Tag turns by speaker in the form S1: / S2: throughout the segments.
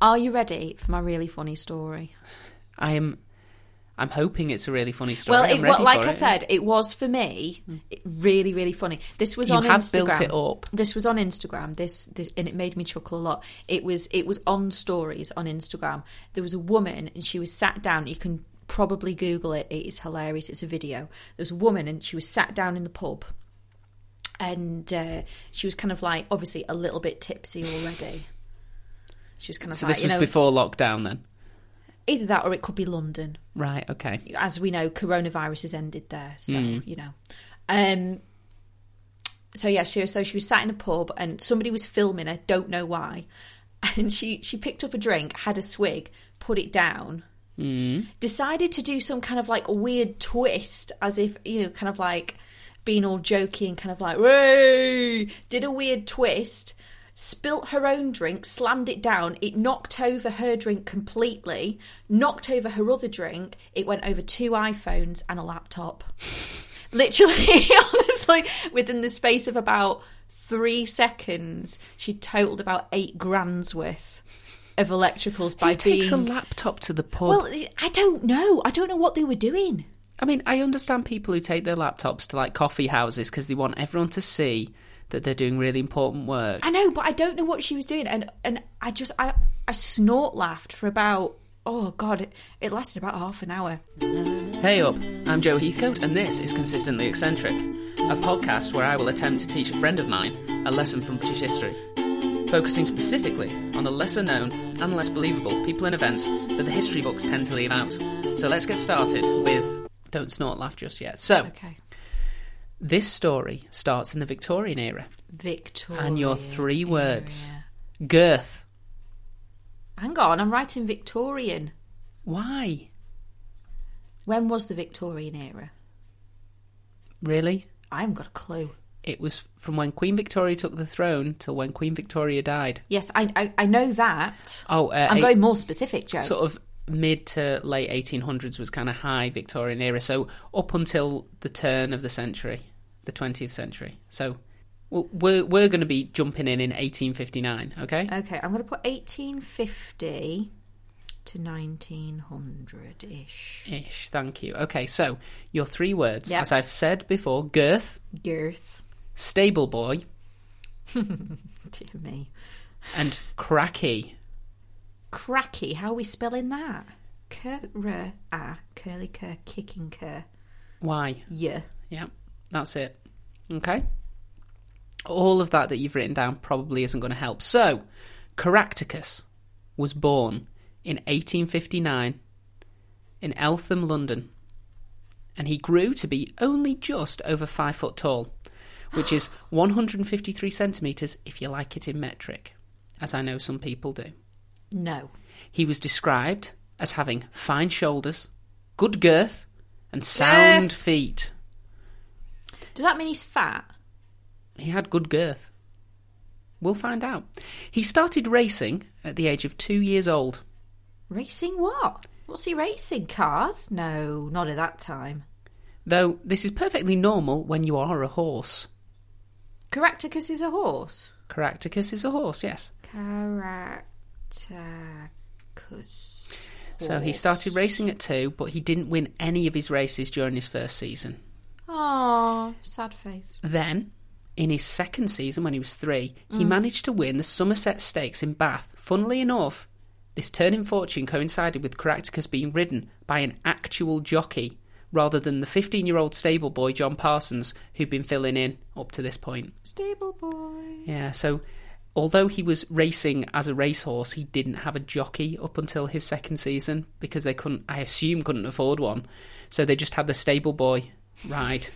S1: Are you ready for my really funny story?
S2: I am. I'm hoping it's a really funny story.
S1: Well,
S2: I'm
S1: it,
S2: ready
S1: well like
S2: for
S1: I
S2: it. Hmm.
S1: said, it was for me it- really, really funny. This was
S2: you
S1: on
S2: have
S1: Instagram.
S2: built it up.
S1: This was on Instagram. This, this, and it made me chuckle a lot. It was, it was on stories on Instagram. There was a woman, and she was sat down. You can probably Google it. It is hilarious. It's a video. There was a woman, and she was sat down in the pub, and uh, she was kind of like, obviously, a little bit tipsy already. She was kind of
S2: So
S1: like,
S2: this
S1: you
S2: was
S1: know,
S2: before lockdown, then.
S1: either that or it could be London.
S2: Right. Okay.
S1: as we know, coronavirus has ended there, so you know. Um, so yeah, she was so she was sat in a pub and somebody was filming her. Don't know why, and she she picked up a drink, had a swig, put it down, mm. decided to do some kind of like weird twist, as if you know, kind of like being all jokey and kind of like way did a weird twist. Spilt her own drink, slammed it down. It knocked over her drink completely, knocked over her other drink. It went over two iPhones and a laptop literally honestly within the space of about three seconds she totaled about eight grand's worth of electricals by
S2: Who takes a
S1: being
S2: laptop to the pub?
S1: well i don't know i don't know what they were doing
S2: I mean, I understand people who take their laptops to like coffee houses because they want everyone to see that they're doing really important work.
S1: i know but i don't know what she was doing and and i just i i snort laughed for about oh god it, it lasted about half an hour
S2: Hey up, I'm Joe Heathcote, and this is Consistently Eccentric, a podcast where I will attempt to teach a friend of mine a lesson from British history, focusing specifically on the lesser known and less believable people and events that the history books tend to leave out. So let's get started with Don't Snort Laugh Just Yet. So,
S1: okay
S2: this story starts in the Victorian era.
S1: victoria
S2: And your three words Girth.
S1: hang on i'm writing victorian
S2: Why?
S1: when was the victorian era
S2: Really?
S1: i haven't got a clue
S2: It was from when Queen Victoria took the throne till when Queen Victoria died.
S1: Yes, I I, I know that.
S2: Oh, uh,
S1: I'm
S2: eight-
S1: going more specific, Joe.
S2: sort of mid to late 1800s was kind of high Victorian era. So up until the turn of the century, the 20th century. So well, we're we're going to be jumping in in 1859. Okay.
S1: okay, I'm going to put 1850 to 1900 ish.
S2: Ish. Thank you. Okay. So your three words,
S1: Yep.
S2: as I've said before, girth,
S1: Girth,
S2: stable boy,
S1: dear me.
S2: and cracky.
S1: Cracky, how are we spelling that? Cur, r, a, curly cur, kicking cur,
S2: Why?
S1: yeah.
S2: Yeah. That's it. Okay. All of that that you've written down probably isn't going to help. So, Caractacus was born in 1859 in Eltham, London, and he grew to be only just over five foot tall, which is 153 centimeters if you like it in metric, as I know some people do.
S1: No.
S2: He was described as having fine shoulders, good girth, and sound
S1: Girth.
S2: feet.
S1: Does that mean he's fat?
S2: He had good girth. We'll find out. He started racing at the age of two years old.
S1: Racing what? What's he racing? Cars? No, not at that time.
S2: Though this is perfectly normal when you are a horse.
S1: Caractacus is a horse.
S2: Caractacus is a horse, yes.
S1: Caractacus.
S2: So he
S1: Horse.
S2: started racing at two, but he didn't win any of his races during his first season.
S1: Oh, sad face.
S2: Then, in his second season, when he was three, he managed to win the Somerset Stakes in Bath. Funnily enough, this turn in fortune coincided with Caractacus being ridden by an actual jockey rather than the 15 year old stable boy John Parsons, who'd been filling in up to this point.
S1: Stable boy.
S2: Yeah, so although he was racing as a racehorse, he didn't have a jockey up until his second season because they couldn't, I assume, couldn't afford one. So they just had the stable boy ride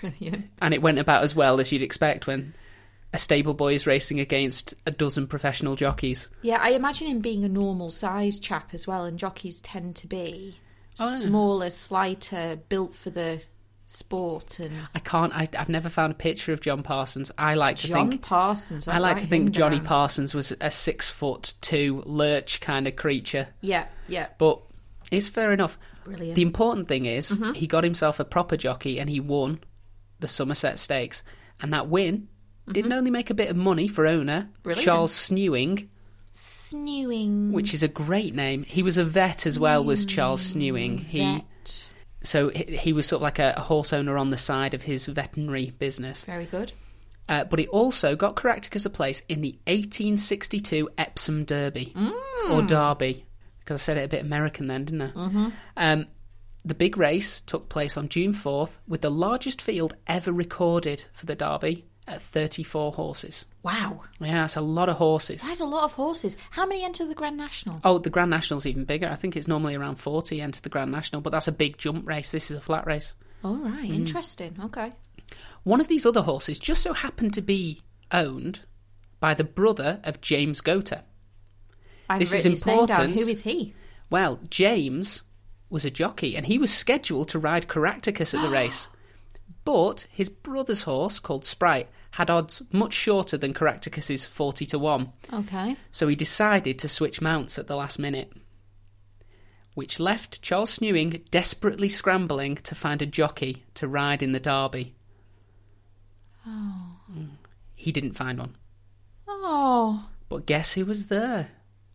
S1: Brilliant.
S2: and it went about as well as you'd expect when a stable boy is racing against a dozen professional jockeys.
S1: Yeah, I imagine him being a normal sized chap as well, and jockeys tend to be
S2: Oh, yeah.
S1: smaller, slighter, built for the sport. And
S2: I can't. I, I've never found a picture of John Parsons. I like to
S1: John
S2: think.
S1: Parsons.
S2: I like to
S1: write
S2: think
S1: him
S2: Johnny
S1: down.
S2: Parsons was a six foot two lurch kind of creature,
S1: Yeah, yeah.
S2: but it's fair enough.
S1: Brilliant.
S2: The important thing is
S1: Mm-hmm.
S2: he got himself a proper jockey and he won the Somerset Stakes, and that win didn't only make a bit of money for owner
S1: Mm-hmm. Brilliant. Mm.
S2: Charles Snewing,
S1: Snewing.
S2: which is a great name. He was a vet as well, was Charles Snewing. He
S1: Vet.
S2: so he, he was sort of like a, a horse owner on the side of his veterinary business.
S1: Very good.
S2: Uh, but he also got Caractacus a place in the 1862 Epsom Derby or Derby because I said it a bit American then, didn't I? Mm-hmm. Um, the big race took place on June 4th with the largest field ever recorded for the Derby at 34 horses.
S1: Wow.
S2: Yeah, that's a lot of horses.
S1: There's a lot of horses. How many enter the Grand National?
S2: Oh, the Grand National's even bigger. I think it's normally around 40 enter the Grand National, but that's a big jump race. This is a flat race.
S1: All right. Mm. Interesting. Okay.
S2: One of these other horses just so happened to be owned by the brother of James Gota.
S1: I've
S2: This is
S1: written his name down.
S2: important.
S1: Who is he?
S2: Well, James was a jockey and he was scheduled to ride Caractacus at the race. But his brother's horse, called Sprite, had odds much shorter than Caractacus's 40 to 1,
S1: Okay.
S2: so he decided to switch mounts at the last minute. Which left Charles Snewing desperately scrambling to find a jockey to ride in the Derby.
S1: Oh.
S2: He didn't find one.
S1: Oh.
S2: But guess who was there?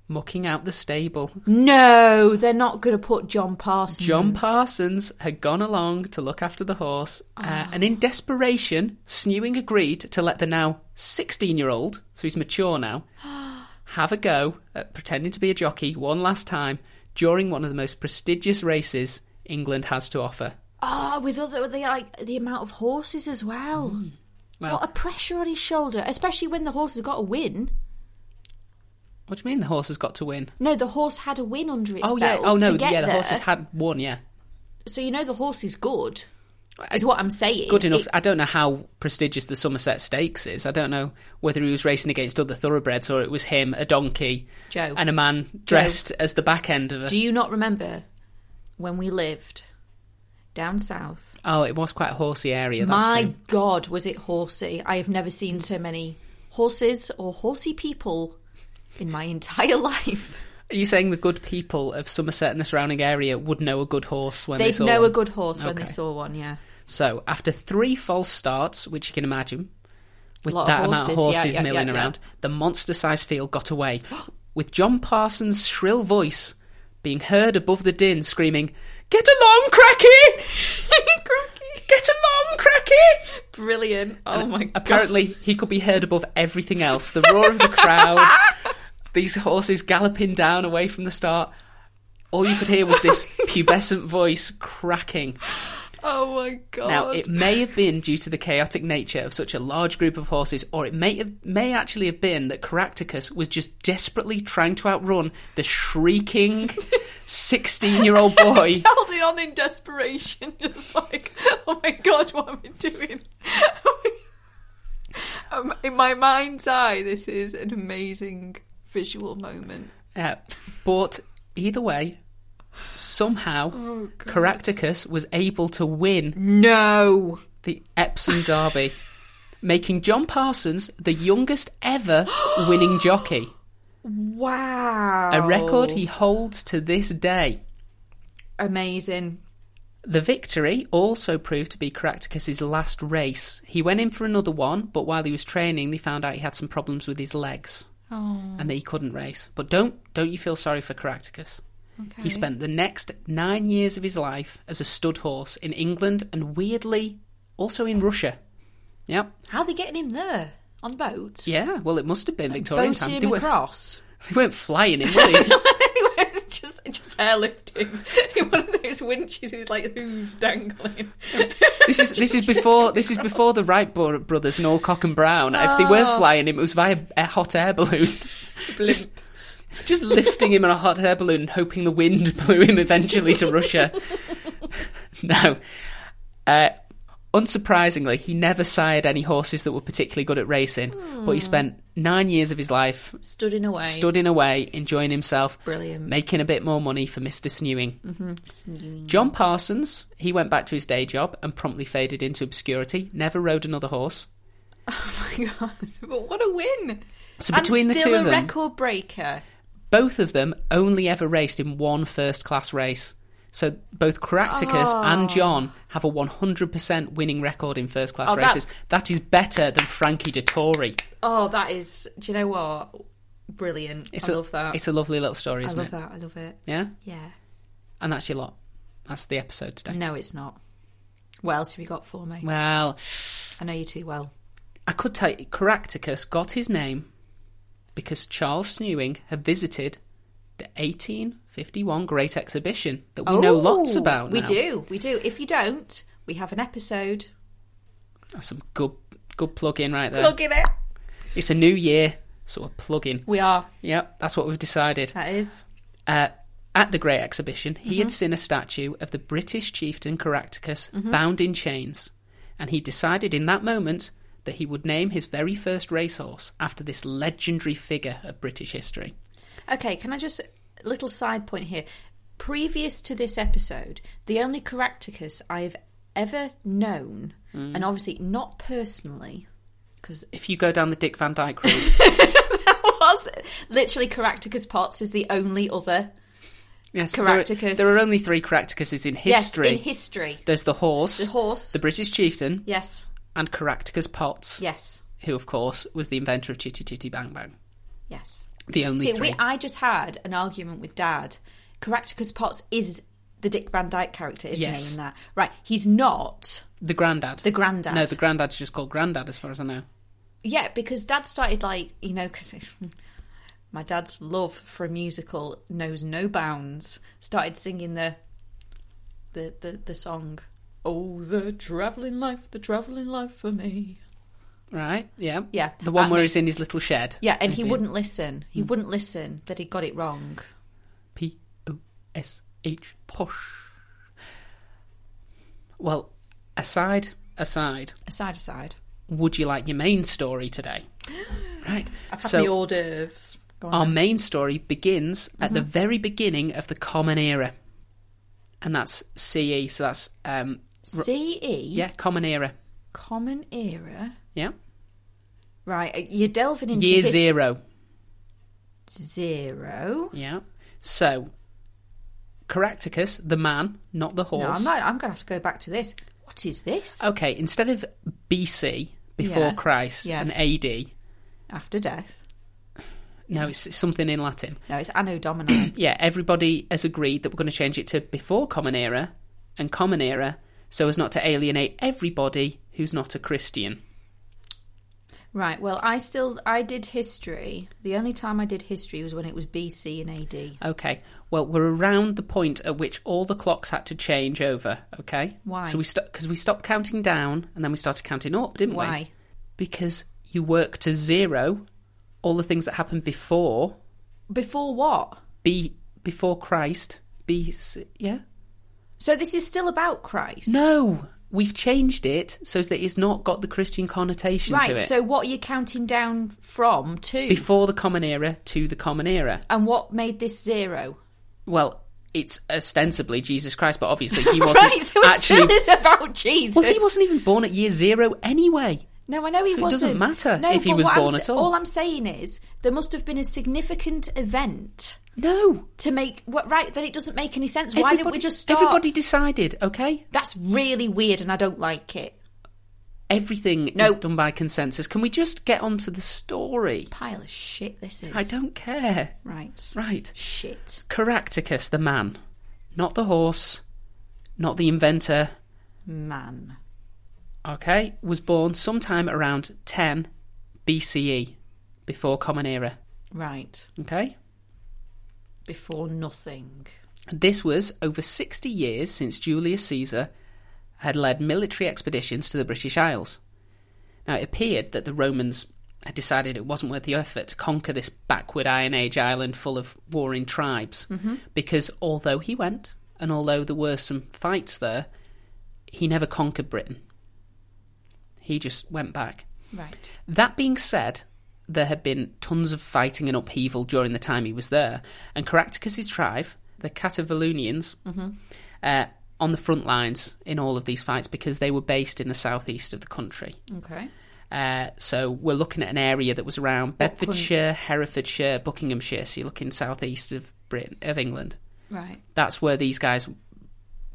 S2: Mucking out the stable.
S1: No, they're not going to put John Parsons.
S2: John Parsons had gone along to look after the horse, uh, and
S1: Ah.
S2: in desperation, Snewing agreed to let the now 16 year old, so he's mature now, have a go at pretending to be a jockey one last time during one of the most prestigious races England has to offer.
S1: Oh, with other with the, like the amount of horses as well.
S2: Mm. Well-
S1: what a pressure on his shoulder, especially when the horse has got a win.
S2: What do you mean the horse has got to win?
S1: No, the horse had a win under its
S2: oh, yeah.
S1: belt.
S2: Oh, no.
S1: to get
S2: Yeah, the
S1: there.
S2: horse has had one, yeah.
S1: So you know the horse is good. Is what I'm saying.
S2: Uh, Good enough.
S1: It-
S2: I don't know how prestigious the Somerset Stakes is. I don't know whether he was racing against other thoroughbreds or it was him, a donkey,
S1: Joe.
S2: and uh, a man dressed as the back end of a.
S1: do you not remember when we lived down south?
S2: Oh, it was quite a horsey area. That's
S1: My
S2: true.
S1: God, was it horsey? I have never seen so many horses or horsey people in my entire life.
S2: Are you saying the good people of Somerset and the surrounding area would know a good horse when they
S1: They'd
S2: saw
S1: know
S2: one?
S1: a good horse when they
S2: Okay.
S1: saw one. Yeah.
S2: So after three false starts, which you can imagine, with
S1: Lot of
S2: that amount of
S1: horses, yeah,
S2: horses
S1: yeah,
S2: milling
S1: yeah, yeah.
S2: around, the monster-sized field got away, with John Parsons' shrill voice being heard above the din, screaming, "Get along, Cracky!
S1: Cracky.
S2: Get along, Cracky!"
S1: Brilliant. Oh my God.
S2: Apparently, he could be heard above everything else. The roar of the crowd, these horses galloping down away from the start. All you could hear was this pubescent voice cracking.
S1: Oh my God.
S2: Now, it may have been due to the chaotic nature of such a large group of horses, or it may have, may actually have been that Caractacus was just desperately trying to outrun the shrieking sixteen-year-old boy.
S1: holding on in desperation, just like, oh my god, what am I doing? um, in my mind's eye, this is an amazing visual moment.
S2: Uh, but either way, somehow Caractacus was able to win
S1: No,
S2: the Epsom Derby, making John Parsons the youngest ever winning jockey,
S1: wow,
S2: a record he holds to this day.
S1: amazing.
S2: The victory also proved to be Caractacus's last race. He went in for another one, but while he was training, they found out he had some problems with his legs
S1: Oh,
S2: and that he couldn't race. But don't don't you feel sorry for Caractacus?
S1: okay.
S2: He spent the next nine years of his life as a stud horse in England and weirdly also in Russia. Yep.
S1: How are they getting him there on boat?
S2: Yeah, well, it must have been Victorian
S1: Boating
S2: time.
S1: him
S2: They, were,
S1: across.
S2: they weren't flying him, were they?
S1: Anyway, just just airlifting in one of those winches, with, like hooves dangling.
S2: this is this is before this is before the Wright bro- brothers and all cock and brown. If they were flying him, it was via a hot air balloon. just, just lifting him in a hot air balloon and hoping the wind blew him eventually to Russia. no. Uh, unsurprisingly, he never sired any horses that were particularly good at racing, but
S1: Hmm.
S2: he spent nine years of his life
S1: Stood in a way.
S2: studying away, enjoying himself,
S1: Brilliant.
S2: making a bit more money for Mr. Snewing.
S1: Mm-hmm.
S2: John Parsons, he went back to his day job and promptly faded into obscurity, never rode another horse.
S1: Oh my god! But what a win!
S2: So between
S1: and
S2: the
S1: still
S2: two
S1: a
S2: of them,
S1: record breaker.
S2: both of them only ever raced in one first class race. So both Caractacus
S1: Oh.
S2: and John have a 100% winning record in first class
S1: Oh, that-
S2: races. That is better than Frankie Dettori.
S1: Oh, that is. Do you know what? Brilliant.
S2: It's
S1: I
S2: a-
S1: love that.
S2: It's a lovely little story,
S1: I
S2: isn't
S1: love
S2: it?
S1: that. I love it.
S2: Yeah?
S1: Yeah.
S2: And that's your lot. That's the episode today.
S1: No, it's not. What else have you got for me?
S2: Well,
S1: I know you too well.
S2: I could tell you, Caractacus got his name because Charles Snewing had visited the 1851 Great Exhibition that we know lots
S1: Oh,
S2: about
S1: We
S2: now.
S1: do. We do. If you don't, we have an episode.
S2: That's some good, good plug-in right there.
S1: Plug in it.
S2: It's a new year, so a plug-in.
S1: We are.
S2: Yep, that's what we've decided.
S1: That is.
S2: Uh, at the Great Exhibition, he
S1: Mm-hmm.
S2: had seen a statue of the British chieftain Caractacus bound in chains, and he decided in that moment that he would name his very first racehorse after this legendary figure of British history.
S1: Okay, can I just little side point here? Previous to this episode, the only Caractacus I have ever known,
S2: Hmm.
S1: and obviously not personally, because
S2: If you go down the Dick Van Dyke route,
S1: was literally Caractacus Potts is the only other
S2: yes, there are-
S1: Caractacus.
S2: There are, only three Caractacuses in history.
S1: yes in history.
S2: There's the horse,
S1: The horse.
S2: the British chieftain,
S1: yes.
S2: and Caractacus Potts,
S1: Yes.
S2: who, of course, was the inventor of Chitty Chitty Bang Bang.
S1: Yes.
S2: The only
S1: See,
S2: three.
S1: we, I just had an argument with Dad. Caractacus Potts is the Dick Van Dyke character, isn't
S2: Yes.
S1: he? In that, right? He's not
S2: the granddad.
S1: the granddad.
S2: no, the granddad's just called granddad, as far as I know.
S1: yeah, because Dad started like you know because. My dad's love for a musical knows no bounds. Started singing the, the, the, the song, "Oh, the travelling life, the travelling life for me."
S2: Right? Yeah.
S1: Yeah,
S2: The one
S1: and
S2: where
S1: they-
S2: he's in his little shed.
S1: yeah, and he
S2: Maybe. Hmm.
S1: wouldn't listen. He wouldn't listen that he got it wrong.
S2: P O S H posh. Well, aside, aside.
S1: Aside, aside.
S2: Would you like your main story today? Right.
S1: I've had
S2: so Uh,
S1: my hors d'oeuvres. Go on. Mm-hmm.
S2: our main story begins at the very beginning of the Common Era, and that's CE. So that's um,
S1: CE,
S2: yeah, Common Era.
S1: E, Common Era.
S2: Yeah,
S1: Right, uh, you're delving into
S2: year
S1: his-
S2: zero.
S1: Zero.
S2: Yeah. So, Caractacus, the man, not the horse.
S1: No, I'm not. I'm going to have to go back to this. What is this?
S2: Okay, instead of BC before
S1: Yeah.
S2: Christ
S1: Yes.
S2: and AD,
S1: After death.
S2: no, it's, it's something in Latin.
S1: No, it's Anno Domini.
S2: Yeah, everybody has agreed that we're going to change it to before Common Era and Common Era so as not to alienate everybody who's not a Christian.
S1: right. Well, I still I did history. The only time I did history was when it was BC and AD.
S2: Okay. Well, we're around the point at which all the clocks had to change over. Okay.
S1: Why?
S2: So we stopped because we stopped counting down and then we started counting up, didn't we?
S1: Why?
S2: Because you work to zero all the things that happened before
S1: Before what?
S2: B before Christ. B C- yeah.
S1: So this is still about Christ.
S2: No, we've changed it so that it's not got the Christian connotation
S1: Right.
S2: to it.
S1: So what are you counting down from to?
S2: before the Common Era to the Common Era.
S1: and what made this zero?
S2: Well, it's ostensibly Jesus Christ, but obviously he wasn't
S1: right. So it
S2: actually.
S1: still is about Jesus.
S2: Well, he wasn't even born at year zero anyway.
S1: No, I know he
S2: So it
S1: wasn't.
S2: doesn't matter
S1: no,
S2: if he
S1: but
S2: was
S1: what I'm
S2: born
S1: s-
S2: at all.
S1: All I'm saying is there must have been a significant event
S2: No.
S1: to make what right then it doesn't make any sense. Why didn't we
S2: Everybody-
S1: just start?
S2: Everybody decided, okay?
S1: That's really weird, and I don't like it.
S2: Everything
S1: No.
S2: is done by consensus. Can we just get on to the story?
S1: Pile of shit. This is
S2: I don't care.
S1: right.
S2: Right.
S1: Shit.
S2: Caractacus, the man. Not the horse. Not the inventor.
S1: Man.
S2: okay, was born sometime around 10 BCE, E, before Common Era,
S1: Right.
S2: okay?
S1: Before nothing.
S2: This was over 60 years since Julius Caesar had led military expeditions to the British Isles. Now, it appeared that the Romans had decided it wasn't worth the effort to conquer this backward Iron Age island full of warring tribes, because although he went, and although there were some fights there, he never conquered Britain. He just went back.
S1: Right.
S2: That being said, there had been tons of fighting and upheaval during the time he was there, and Caractacus's tribe, the Catavalunians, uh, on the front lines in all of these fights because they were based in the southeast of the country.
S1: Okay.
S2: Uh, so we're looking at an area that was
S1: country?
S2: around Bedfordshire, Herefordshire, Buckinghamshire. So you're looking southeast of Britain, of England.
S1: Right.
S2: That's where these guys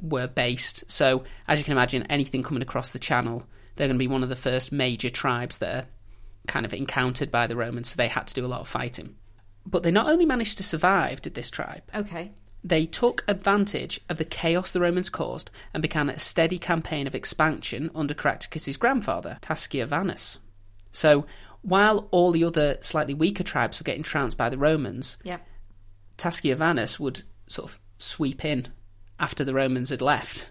S2: were based. So as you can imagine, anything coming across the channel, they're going to be one of the first major tribes that are kind of encountered by the Romans. So they had to do a lot of fighting. But they not only managed to survive, did this tribe,
S1: Okay.
S2: they took advantage of the chaos the Romans caused and began a steady campaign of expansion under Caractacus's grandfather, Tasciavanus. So, while all the other slightly weaker tribes were getting trounced by the Romans,
S1: Yeah.
S2: Tasciavanus would sort of sweep in after the Romans had left,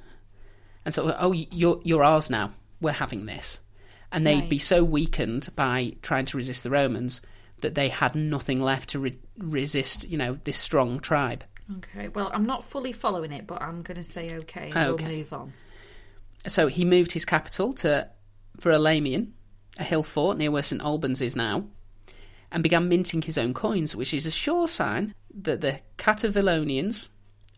S2: and sort of, oh, you're you're ours now. We're having this, and they'd
S1: Right.
S2: be so weakened by trying to resist the Romans that they had nothing left to re- resist. You know, this strong tribe.
S1: Okay. Well, I'm not fully following it, but I'm going to say okay. and
S2: Oh, Okay.
S1: We'll move on.
S2: So he moved his capital to Verulamium, a hill fort near where St Albans is now, and began minting his own coins, which is a sure sign that the Catavillonians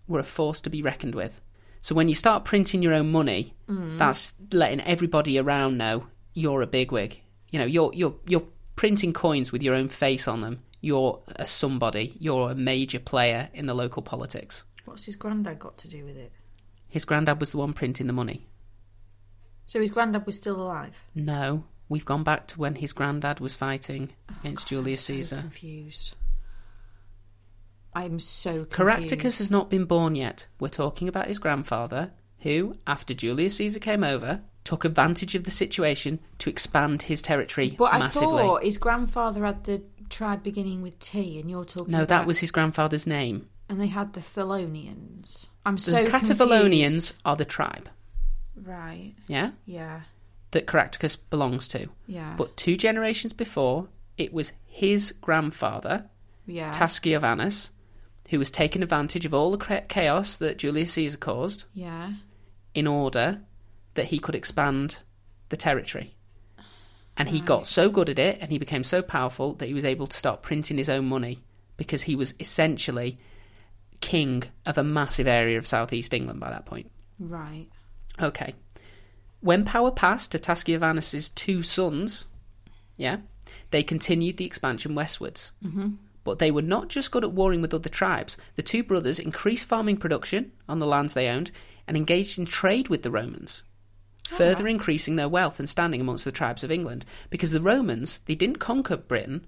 S2: were a force to be reckoned with. So when you start printing your own money, that's letting everybody around know you're a bigwig. You know, you're you're you're printing coins with your own face on them. You're a somebody. You're a major player in the local politics.
S1: What's his granddad got to do with it?
S2: His granddad was the one printing the money.
S1: So his granddad was still alive.
S2: No, we've gone back to when his granddad was fighting
S1: Oh,
S2: against Julius
S1: I'm
S2: Caesar.
S1: confused. I'm so confused.
S2: Caractacus has not been born yet. We're talking about his grandfather, who, after Julius Caesar came over, took advantage of the situation to expand his territory
S1: But I
S2: massively.
S1: thought his grandfather had the tribe beginning with T, and you're talking.
S2: No, that
S1: about-
S2: was his grandfather's name.
S1: And they had the Thelonians. I'm
S2: The
S1: so
S2: Catavallonians
S1: confused.
S2: are the tribe,
S1: Right.
S2: yeah,
S1: Yeah.
S2: that Caractacus belongs to.
S1: Yeah.
S2: But two generations before, it was his grandfather
S1: yeah.
S2: Tasciovanus, who was taking advantage of all the cra- chaos that Julius Caesar caused
S1: yeah.
S2: in order that he could expand the territory. And he got so good at it and he became so powerful that he was able to start printing his own money because he was essentially king of a massive area of southeast England by that point.
S1: Right.
S2: Okay. When power passed to Tasciovanus' two sons, yeah, they continued the expansion westwards. Mm-hmm. But they were not just good at warring with other tribes. The two brothers increased farming production on the lands they owned and engaged in trade with the Romans, further increasing their wealth and standing amongst the tribes of England. Because the Romans, they didn't conquer Britain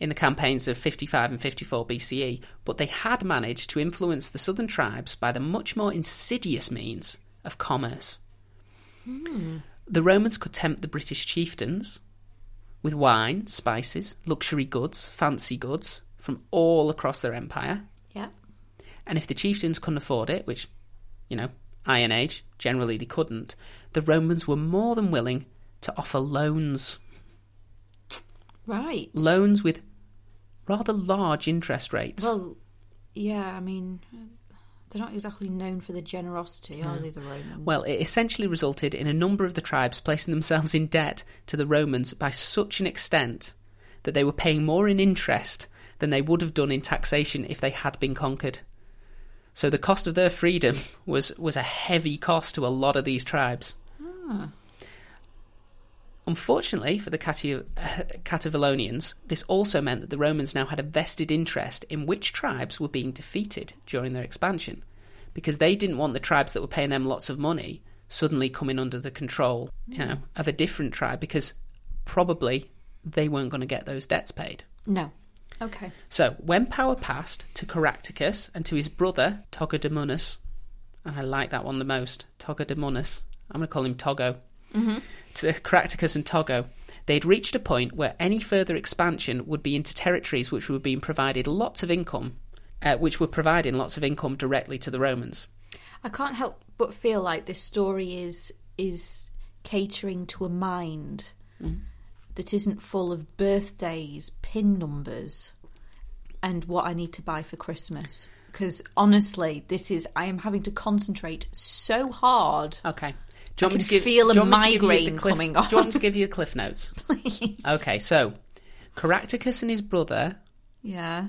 S2: in the campaigns of 55 and 54 BCE, E, but they had managed to influence the southern tribes by the much more insidious means of commerce. The Romans could tempt the British chieftains with wine, spices, luxury goods, fancy goods from all across their empire.
S1: Yeah.
S2: And if the chieftains couldn't afford it, which, you know, Iron Age, generally they couldn't, the Romans were more than willing to offer loans.
S1: Right.
S2: Loans with rather large interest rates.
S1: Well, yeah. I mean, they're not exactly known for the generosity, are they? The Romans.
S2: Well, it essentially resulted in a number of the tribes placing themselves in debt to the Romans by such an extent that they were paying more in interest than they would have done in taxation if they had been conquered. So the cost of their freedom was, was a heavy cost to a lot of these tribes. Unfortunately for the Cati- Catavallonians, this also meant that the Romans now had a vested interest in which tribes were being defeated during their expansion, because they didn't want the tribes that were paying them lots of money suddenly coming under the control, you know, of a different tribe, because probably they weren't going to get those debts paid.
S1: no. Okay.
S2: So, when power passed to Caractacus and to his brother Togodamunus, and I like that one the most, Togodamunus, I'm going to call him Togo,
S1: Mm-hmm.
S2: to Caractacus and Togo, they had reached a point where any further expansion would be into territories which were being provided lots of income, uh, which were providing lots of income directly to the Romans.
S1: I can't help but feel like this story is is catering to a mind
S2: Mm.
S1: that isn't full of birthdays, pin numbers, and what I need to buy for Christmas. Because honestly, this is I am having to concentrate so hard.
S2: Okay. Do you
S1: I
S2: want me
S1: can
S2: to give,
S1: feel a
S2: do you want me to give you the
S1: migraine
S2: cliff-
S1: coming
S2: Do you want
S1: on.
S2: me to give you the cliff notes?
S1: Please.
S2: Okay, so Caractacus and his brother
S1: Yeah.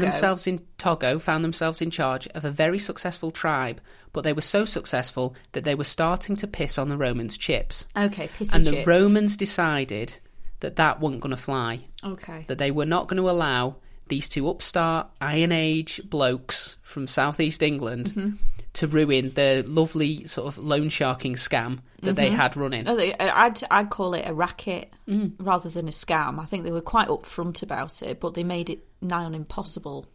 S1: Togo.
S2: themselves in Togo, found themselves in charge of a very successful tribe, but they were so successful that they were starting to piss on the Romans' chips.
S1: Okay, pissy
S2: and the
S1: chips.
S2: Romans decided that that wasn't going to fly,
S1: Okay.
S2: that they were not going to allow these two upstart Iron Age blokes from southeast England
S1: Mm-hmm.
S2: to ruin their lovely sort of loan sharking scam that they had running.
S1: Oh, they- I'd
S2: Mm.
S1: I'd call it a racket rather than a scam. I think they were quite upfront about it, but they made it nigh on impossible.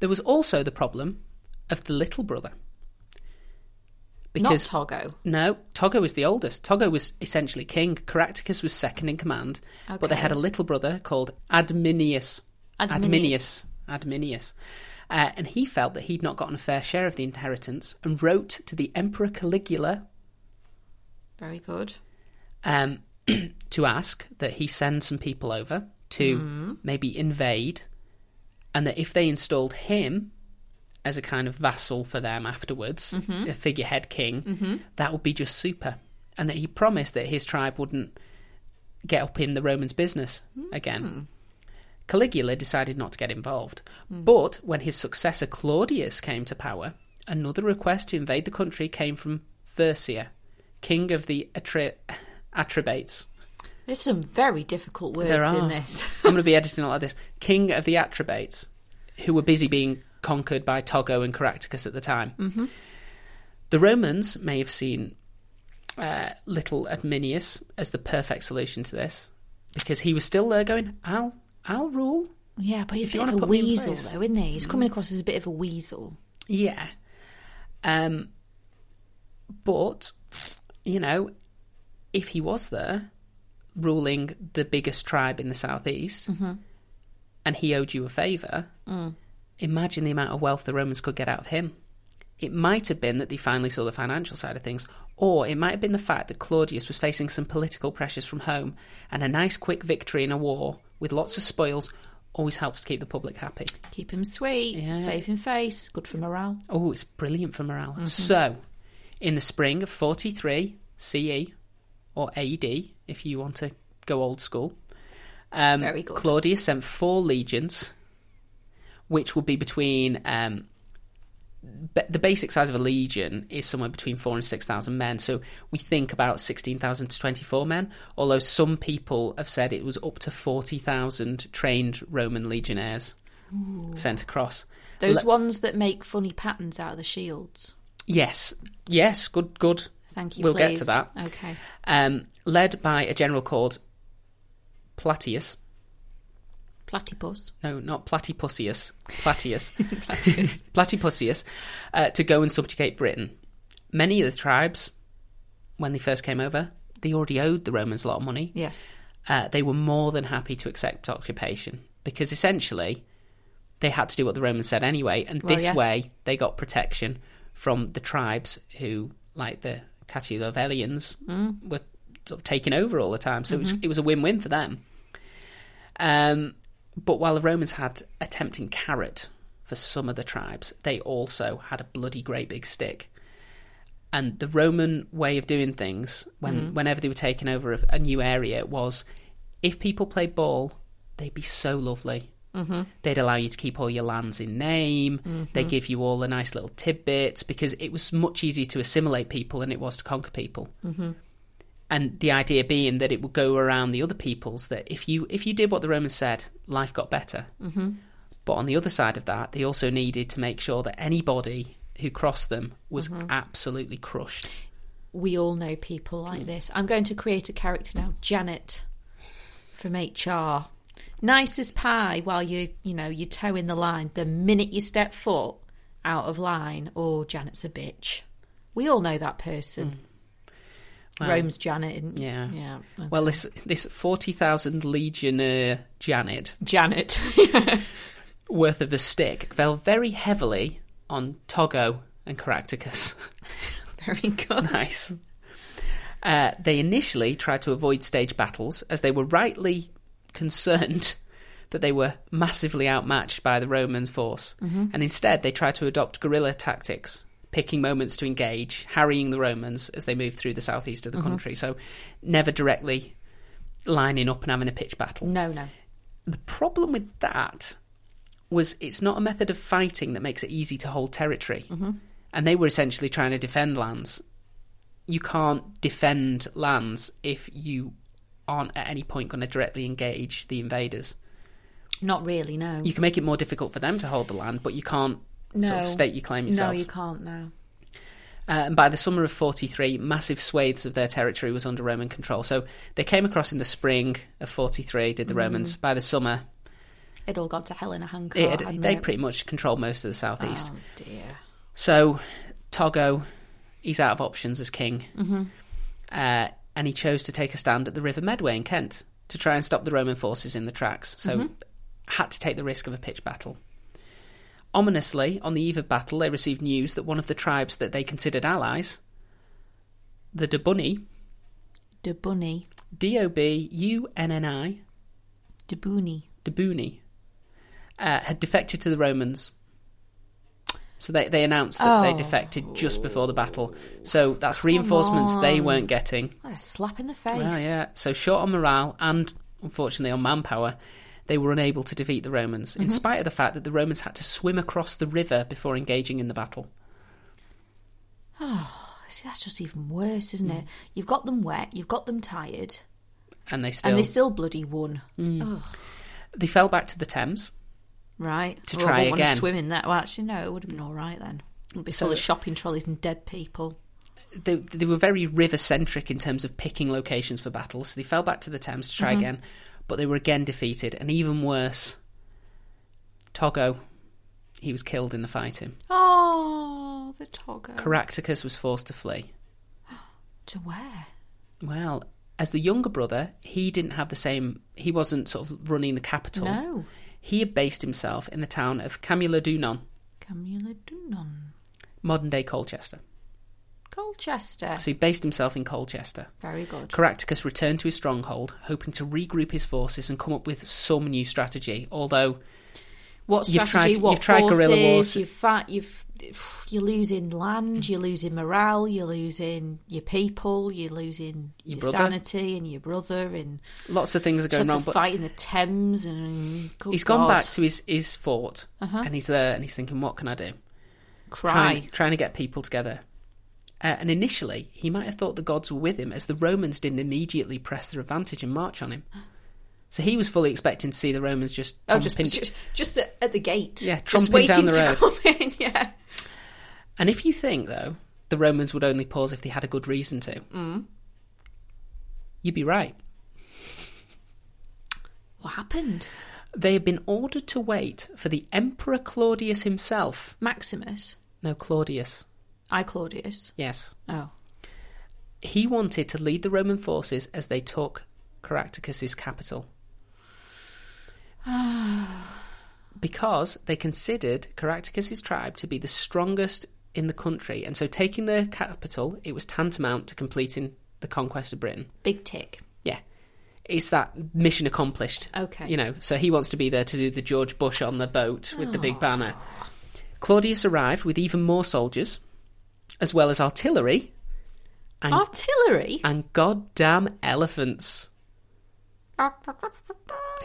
S2: There was also the problem of the little brother. Because
S1: Not Togo.
S2: no, Togo was the oldest. Togo was essentially king. Caractacus was second in command, but they
S1: Okay.
S2: had a little brother called Adminius.
S1: Adminius.
S2: Adminius. Adminius. Uh, and he felt that he'd not gotten a fair share of the inheritance and wrote to the Emperor Caligula
S1: Very good.
S2: um, to ask that he send some people over to maybe invade, and that if they installed him as a kind of vassal for them afterwards, a figurehead king, that would be just super. And that he promised that his tribe wouldn't get up in the Romans' business again. Caligula decided not to get involved. But when his successor Claudius came to power, another request to invade the country came from Thersia, king of the Atre- Atrebates.
S1: There's some very difficult words
S2: There are.
S1: in this.
S2: I'm going to be editing it like this. King of the Atrebates, who were busy being conquered by Togo and Caractacus at the time. The Romans may have seen uh, little Adminius as the perfect solution to this, because he was still there going, "I'll, I'll rule."
S1: Yeah, but he's
S2: If
S1: a
S2: you
S1: bit
S2: wanna
S1: of a
S2: put me in
S1: weasel,
S2: place. Mm.
S1: though, isn't he? He's coming across as a bit of a weasel.
S2: Yeah. Um. But you know, if he was there, ruling the biggest tribe in the southeast, and he owed you a favor, imagine the amount of wealth the Romans could get out of him. It might have been that they finally saw the financial side of things, or it might have been the fact that Claudius was facing some political pressures from home, and a nice quick victory in a war with lots of spoils always helps to keep the public happy.
S1: Keep him sweet, save him face, good for morale.
S2: Oh, it's brilliant for morale.
S1: Mm-hmm.
S2: So, in the spring of 43 CE or AD, if you want to go old school, um,
S1: Very good.
S2: Claudius sent four legions, which would be between. Um, ba- the basic size of a legion is somewhere between four and six thousand men. So we think about sixteen thousand to twenty-four men. Although some people have said it was up to forty thousand trained Roman legionnaires sent across.
S1: Those
S2: Le-
S1: ones that make funny patterns out of the shields.
S2: Yes, yes, good, good.
S1: Thank you.
S2: We'll get
S1: please.
S2: to that.
S1: Okay.
S2: Um, led by a general called Platius.
S1: Platypus.
S2: No, not Platypusius. Platius. Platypusius uh, to go and subjugate Britain. Many of the tribes, when they first came over, they already owed the Romans a lot of money.
S1: Yes.
S2: Uh, they were more than happy to accept occupation because essentially they had to do what the Romans said anyway, and
S1: Well,
S2: this
S1: yeah.
S2: way they got protection from the tribes who, like the Catilovellians,
S1: Mm.
S2: were sort of taking over all the time. So
S1: Mm-hmm.
S2: it, was, it was a win-win for them. Um, but while the Romans had a tempting carrot for some of the tribes, they also had a bloody great big stick. And the Roman way of doing things, when whenever they were taking over a, a new area, was if people played ball, they'd be so lovely. Mm-hmm. They'd allow you to keep all your lands in name. They give you all the nice little tidbits because it was much easier to assimilate people than it was to conquer people and the idea being that it would go around the other peoples that if you if you did what the Romans said, life got better. Mm-hmm. But on the other side of that, they also needed to make sure that anybody who crossed them was absolutely crushed.
S1: We all know people
S2: Mm.
S1: like this. I'm going to create a character now, Janet from HR. Nice as pie while you you know, you toe in the line. The minute you step foot out of line, oh Janet's a bitch. We all know that person. Rome's Janet, isn't
S2: Mm. Yeah.
S1: Yeah.
S2: Well, this this forty thousand legionnaire Janet
S1: Janet.
S2: worth of a stick fell very heavily on Togo and Caractacus.
S1: Very good.
S2: Nice. Uh, they initially tried to avoid stage battles as they were rightly concerned that they were massively outmatched by the Roman force. And instead, they tried to adopt guerrilla tactics, picking moments to engage, harrying the Romans as they moved through the southeast of the country. So, never directly lining up and having a pitch battle.
S1: No, no.
S2: The problem with that was it's not a method of fighting that makes it easy to hold territory.
S1: Mm-hmm.
S2: And they were essentially trying to defend lands. You can't defend lands if you aren't at any point going to directly engage the invaders.
S1: Not really, no.
S2: You can make it more difficult for them to hold the land, but you can't sort
S1: No.
S2: of state your claim yourself.
S1: No, you can't now.
S2: Uh, and by the summer of 43, massive swathes of their territory was under Roman
S1: Mm.
S2: control. So they came across in the spring of 43, did the Romans. By the summer,
S1: it all gone to hell in a handcart.
S2: It,
S1: hadn't
S2: they
S1: it?
S2: pretty much control most of the southeast.
S1: Oh dear.
S2: So Togo, he's out of options as king, uh, and he chose to take a stand at the River Medway in Kent to try and stop the Roman forces in the tracks. So had to take the risk of a pitched battle. Ominously, on the eve of battle, they received news that one of the tribes that they considered allies, the Dabuni,
S1: De bunny,
S2: D O B U N N I,
S1: de boony.
S2: Dabuni, uh, had defected to the Romans. So they, they announced that they
S1: Oh.
S2: defected just before the battle. So that's reinforcements they weren't getting.
S1: What a slap in the face.
S2: Well, yeah. So short on morale and unfortunately on manpower, they were unable to defeat the Romans,
S1: Mm-hmm.
S2: in spite of the fact that the Romans had to swim across the river before engaging in the battle.
S1: Oh, See, that's just even worse, isn't it? You've got them wet, you've got them tired,
S2: And they still
S1: and they
S2: they,
S1: still bloody won. Ugh,
S2: fell back to the Thames.
S1: right.
S2: To
S1: Well,
S2: try
S1: I wouldn't want
S2: again.
S1: to swim in that. Well, actually, no, it would have been all right then. It would be full
S2: So-
S1: of shopping trolleys and dead people.
S2: They, they were very river centric in terms of picking locations for battles. So they fell back to the Thames to try again, but they were again defeated. And even worse, Togo, he was killed in the fighting.
S1: Oh, the Togo.
S2: Caractacus was forced to flee.
S1: To where?
S2: Well, as the younger brother, he didn't have the same. He wasn't sort of running the capital.
S1: No.
S2: He had based himself in the town of Camulodunum,
S1: Camula Dunon.
S2: modern day Colchester.
S1: Colchester.
S2: So he based himself in Colchester.
S1: Very good.
S2: Caractacus returned to his stronghold, hoping to regroup his forces and come up with some new strategy. Although,
S1: What
S2: You've
S1: strategy?
S2: tried-
S1: what
S2: you've tried
S1: forces?
S2: guerrilla wars.
S1: You've fat. You've you're losing land. You're losing morale. You're losing your people. You're losing
S2: Your
S1: your,
S2: brother.
S1: sanity and your brother. And
S2: lots of things are
S1: going
S2: going wrong.
S1: to
S2: But
S1: fight in the Thames. And good
S2: he's gone
S1: God, Uh-huh.
S2: back to his his fort, and he's there, and he's thinking, "What can I do?"
S1: cry.
S2: trying, trying to get people together. Uh, and initially, he might have thought the gods were with him, as the Romans didn't immediately press their advantage and march on him. So he was fully expecting to see the Romans just.
S1: Oh, just,
S2: tromping-
S1: just just at at the gate.
S2: Yeah,
S1: just
S2: tromping
S1: waiting
S2: down the road.
S1: to come in. Yeah,
S2: And if you think though, the Romans would only pause if they had a good reason to.
S1: Mm.
S2: You'd be right.
S1: what happened?
S2: They had been ordered to wait for the Emperor Claudius himself.
S1: Maximus,
S2: No, Claudius.
S1: I Claudius.
S2: Yes.
S1: Oh,
S2: He wanted to lead the Roman forces as they took Caractacus's capital. because they considered Caractacus's tribe to be the strongest in the country, and so taking their capital, it was tantamount to completing the conquest of Britain.
S1: big tick.
S2: Yeah. It's that mission accomplished.
S1: Okay.
S2: You know, so he wants to be there to do the George Bush on the boat with the big banner. Claudius arrived with even more soldiers, as well as artillery And-
S1: Artillery.
S2: and goddamn elephants.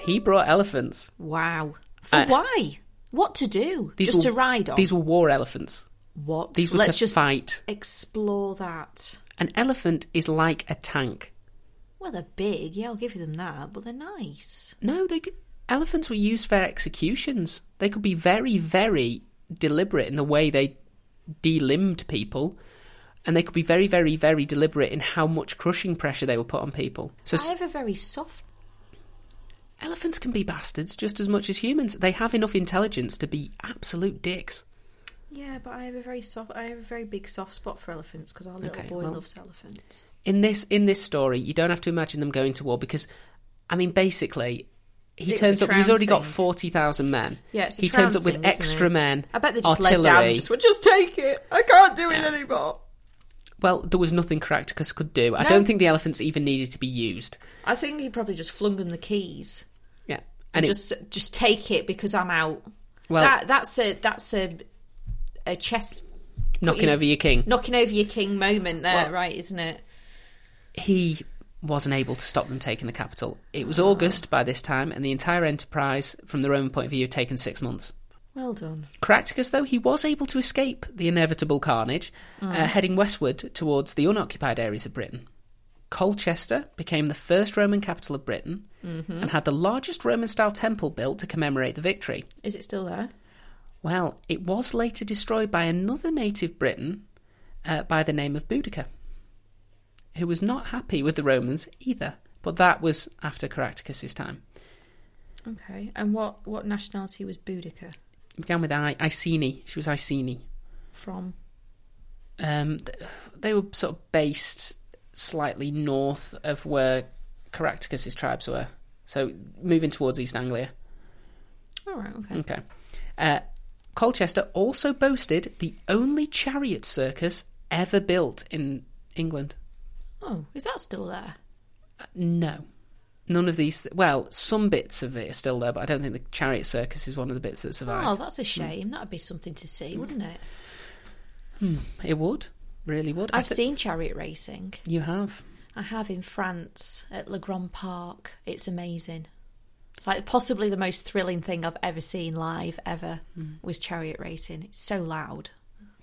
S2: He brought elephants.
S1: Wow. For
S2: Uh,
S1: why? What to do?
S2: These
S1: Just
S2: were,
S1: to ride on?
S2: These were war elephants.
S1: what?
S2: These were
S1: Let's
S2: to
S1: just
S2: fight.
S1: explore that.
S2: An elephant is like a tank.
S1: Well, they're big. Yeah, I'll give you them that. But they're nice.
S2: No, they could, elephants were used for executions. They could be very, very deliberate in the way they delimbed people, and they could be very, very, very deliberate in how much crushing pressure they will put on people. So s-
S1: I have a very soft.
S2: elephants can be bastards just as much as humans. They have enough intelligence to be absolute dicks.
S1: Yeah, but I have a very soft. I have a very big soft spot for elephants because our little
S2: Okay,
S1: boy
S2: well-
S1: loves elephants.
S2: in this in this story, you don't have to imagine them going to war because, I mean, basically, he
S1: It's
S2: turns
S1: a
S2: up. He's already got
S1: trouncing.
S2: forty thousand men.
S1: Yeah, it's a
S2: he turns up with
S1: trouncing, isn't
S2: extra
S1: it?
S2: men.
S1: I bet they just
S2: artillery.
S1: laid down and just went, just take it. I can't do it anymore.
S2: Well, there was nothing Caractacus could do. I
S1: No.
S2: don't think the elephants even needed to be used.
S1: I think he probably just flung them the keys.
S2: Yeah,
S1: And
S2: and it,
S1: just just take it because I'm out.
S2: Well-
S1: that that's a that's a a chess you-
S2: knocking over your king,
S1: knocking over your king moment there,
S2: Well-
S1: right? Isn't it?
S2: he wasn't able to stop them taking the capital. It was August by this time, and the entire enterprise, from the Roman point of view, had taken six months.
S1: Well done.
S2: Caractacus, though, he was able to escape the inevitable carnage,
S1: Mm.
S2: uh, heading westward towards the unoccupied areas of Britain. Colchester became the first Roman capital of Britain
S1: Mm-hmm.
S2: and had the largest Roman style temple built to commemorate the victory.
S1: Is it still there?
S2: Well, it was later destroyed by another native Briton uh, by the name of Boudicca, who was not happy with the Romans either, but that was after Caractacus's time.
S1: Okay. And what what nationality was Boudica
S2: It began with I, Iceni. She was Iceni.
S1: from?
S2: Um, th- they were sort of based slightly north of where Caractacus' tribes were, so moving towards East Anglia.
S1: All right. Okay.
S2: Okay. Uh, Colchester also boasted the only chariot circus ever built in England.
S1: Oh, is that still there?
S2: Uh, no. None of these. well, some bits of it are still there, but I don't think the chariot circus is one of the bits that survived.
S1: Oh, that's a shame. That'd be something to see, wouldn't it?
S2: It would, really would. I
S1: I've
S2: thi-
S1: seen chariot racing.
S2: You have.
S1: I have in France at Le Grand Park. It's amazing. It's like possibly the most thrilling thing I've ever seen live ever was chariot racing. It's so loud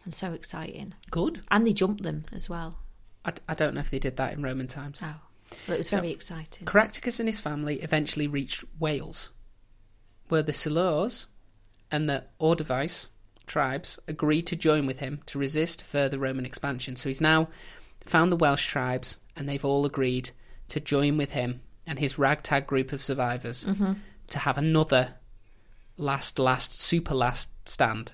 S1: and so exciting.
S2: Good.
S1: And they jumped them as well.
S2: I, d- I don't know if they did that in Roman times.
S1: Oh, but it was
S2: So-
S1: very exciting.
S2: Caractacus and his family eventually reached Wales, where the Silures and the Ordovice tribes agreed to join with him to resist further Roman expansion. So he's now found the Welsh tribes, and they've all agreed to join with him and his ragtag group of survivors
S1: Mm-hmm.
S2: to have another last, last, super last stand.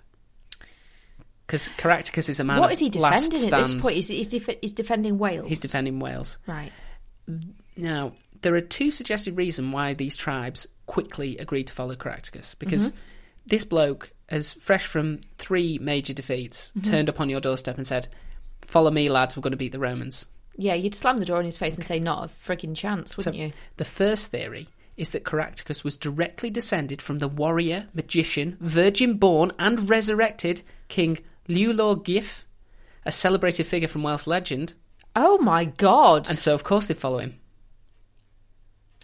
S2: Because Caractacus is a man.
S1: What
S2: of
S1: is he
S2: last
S1: defending at this
S2: stands.
S1: point? Is he's, def- he's defending Wales?
S2: He's defending Wales.
S1: right.
S2: Now, there are two suggested reasons why these tribes quickly agreed to follow Caractacus. Because this bloke, as fresh from three major defeats, turned up on your doorstep and said, Follow me, lads, we're going to beat the Romans.
S1: Yeah, you'd slam the door in his face and say, "Not a frigging chance," wouldn't you?
S2: The first theory is that Caractacus was directly descended from the warrior, magician, virgin born, and resurrected King Liulor Gif, a celebrated figure from Welsh legend.
S1: Oh my god,
S2: And so, of course, they follow him.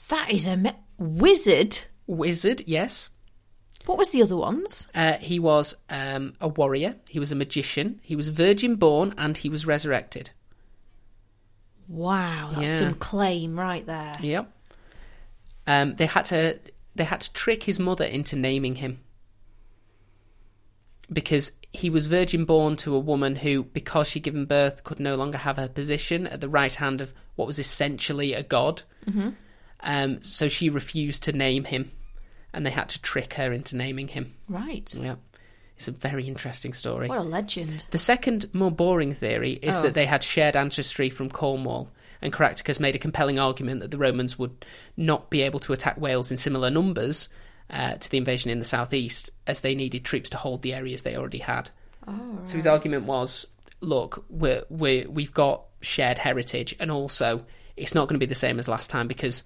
S1: that is a me- wizard.
S2: Wizard, yes,
S1: What was the other ones?
S2: Uh, he was um, a warrior. He was a magician. He was virgin born, and he was resurrected.
S1: Wow, that's
S2: Yeah.
S1: some claim right there.
S2: Yep. Um, they had to they had to trick his mother into naming him because he was virgin born to a woman who, because she given birth, could no longer have her position at the right hand of what was essentially a god. Um, so she refused to name him, and they had to trick her into naming him.
S1: Right.
S2: Yep. It's a very interesting story.
S1: What a legend.
S2: The second, more boring theory is that they had shared ancestry from Cornwall, and Caractacus made a compelling argument that the Romans would not be able to attack Wales in similar numbers uh, to the invasion in the southeast, as they needed troops to hold the areas they already had. So his argument was, look, we're, we're, we've got shared heritage, and also it's not going to be the same as last time because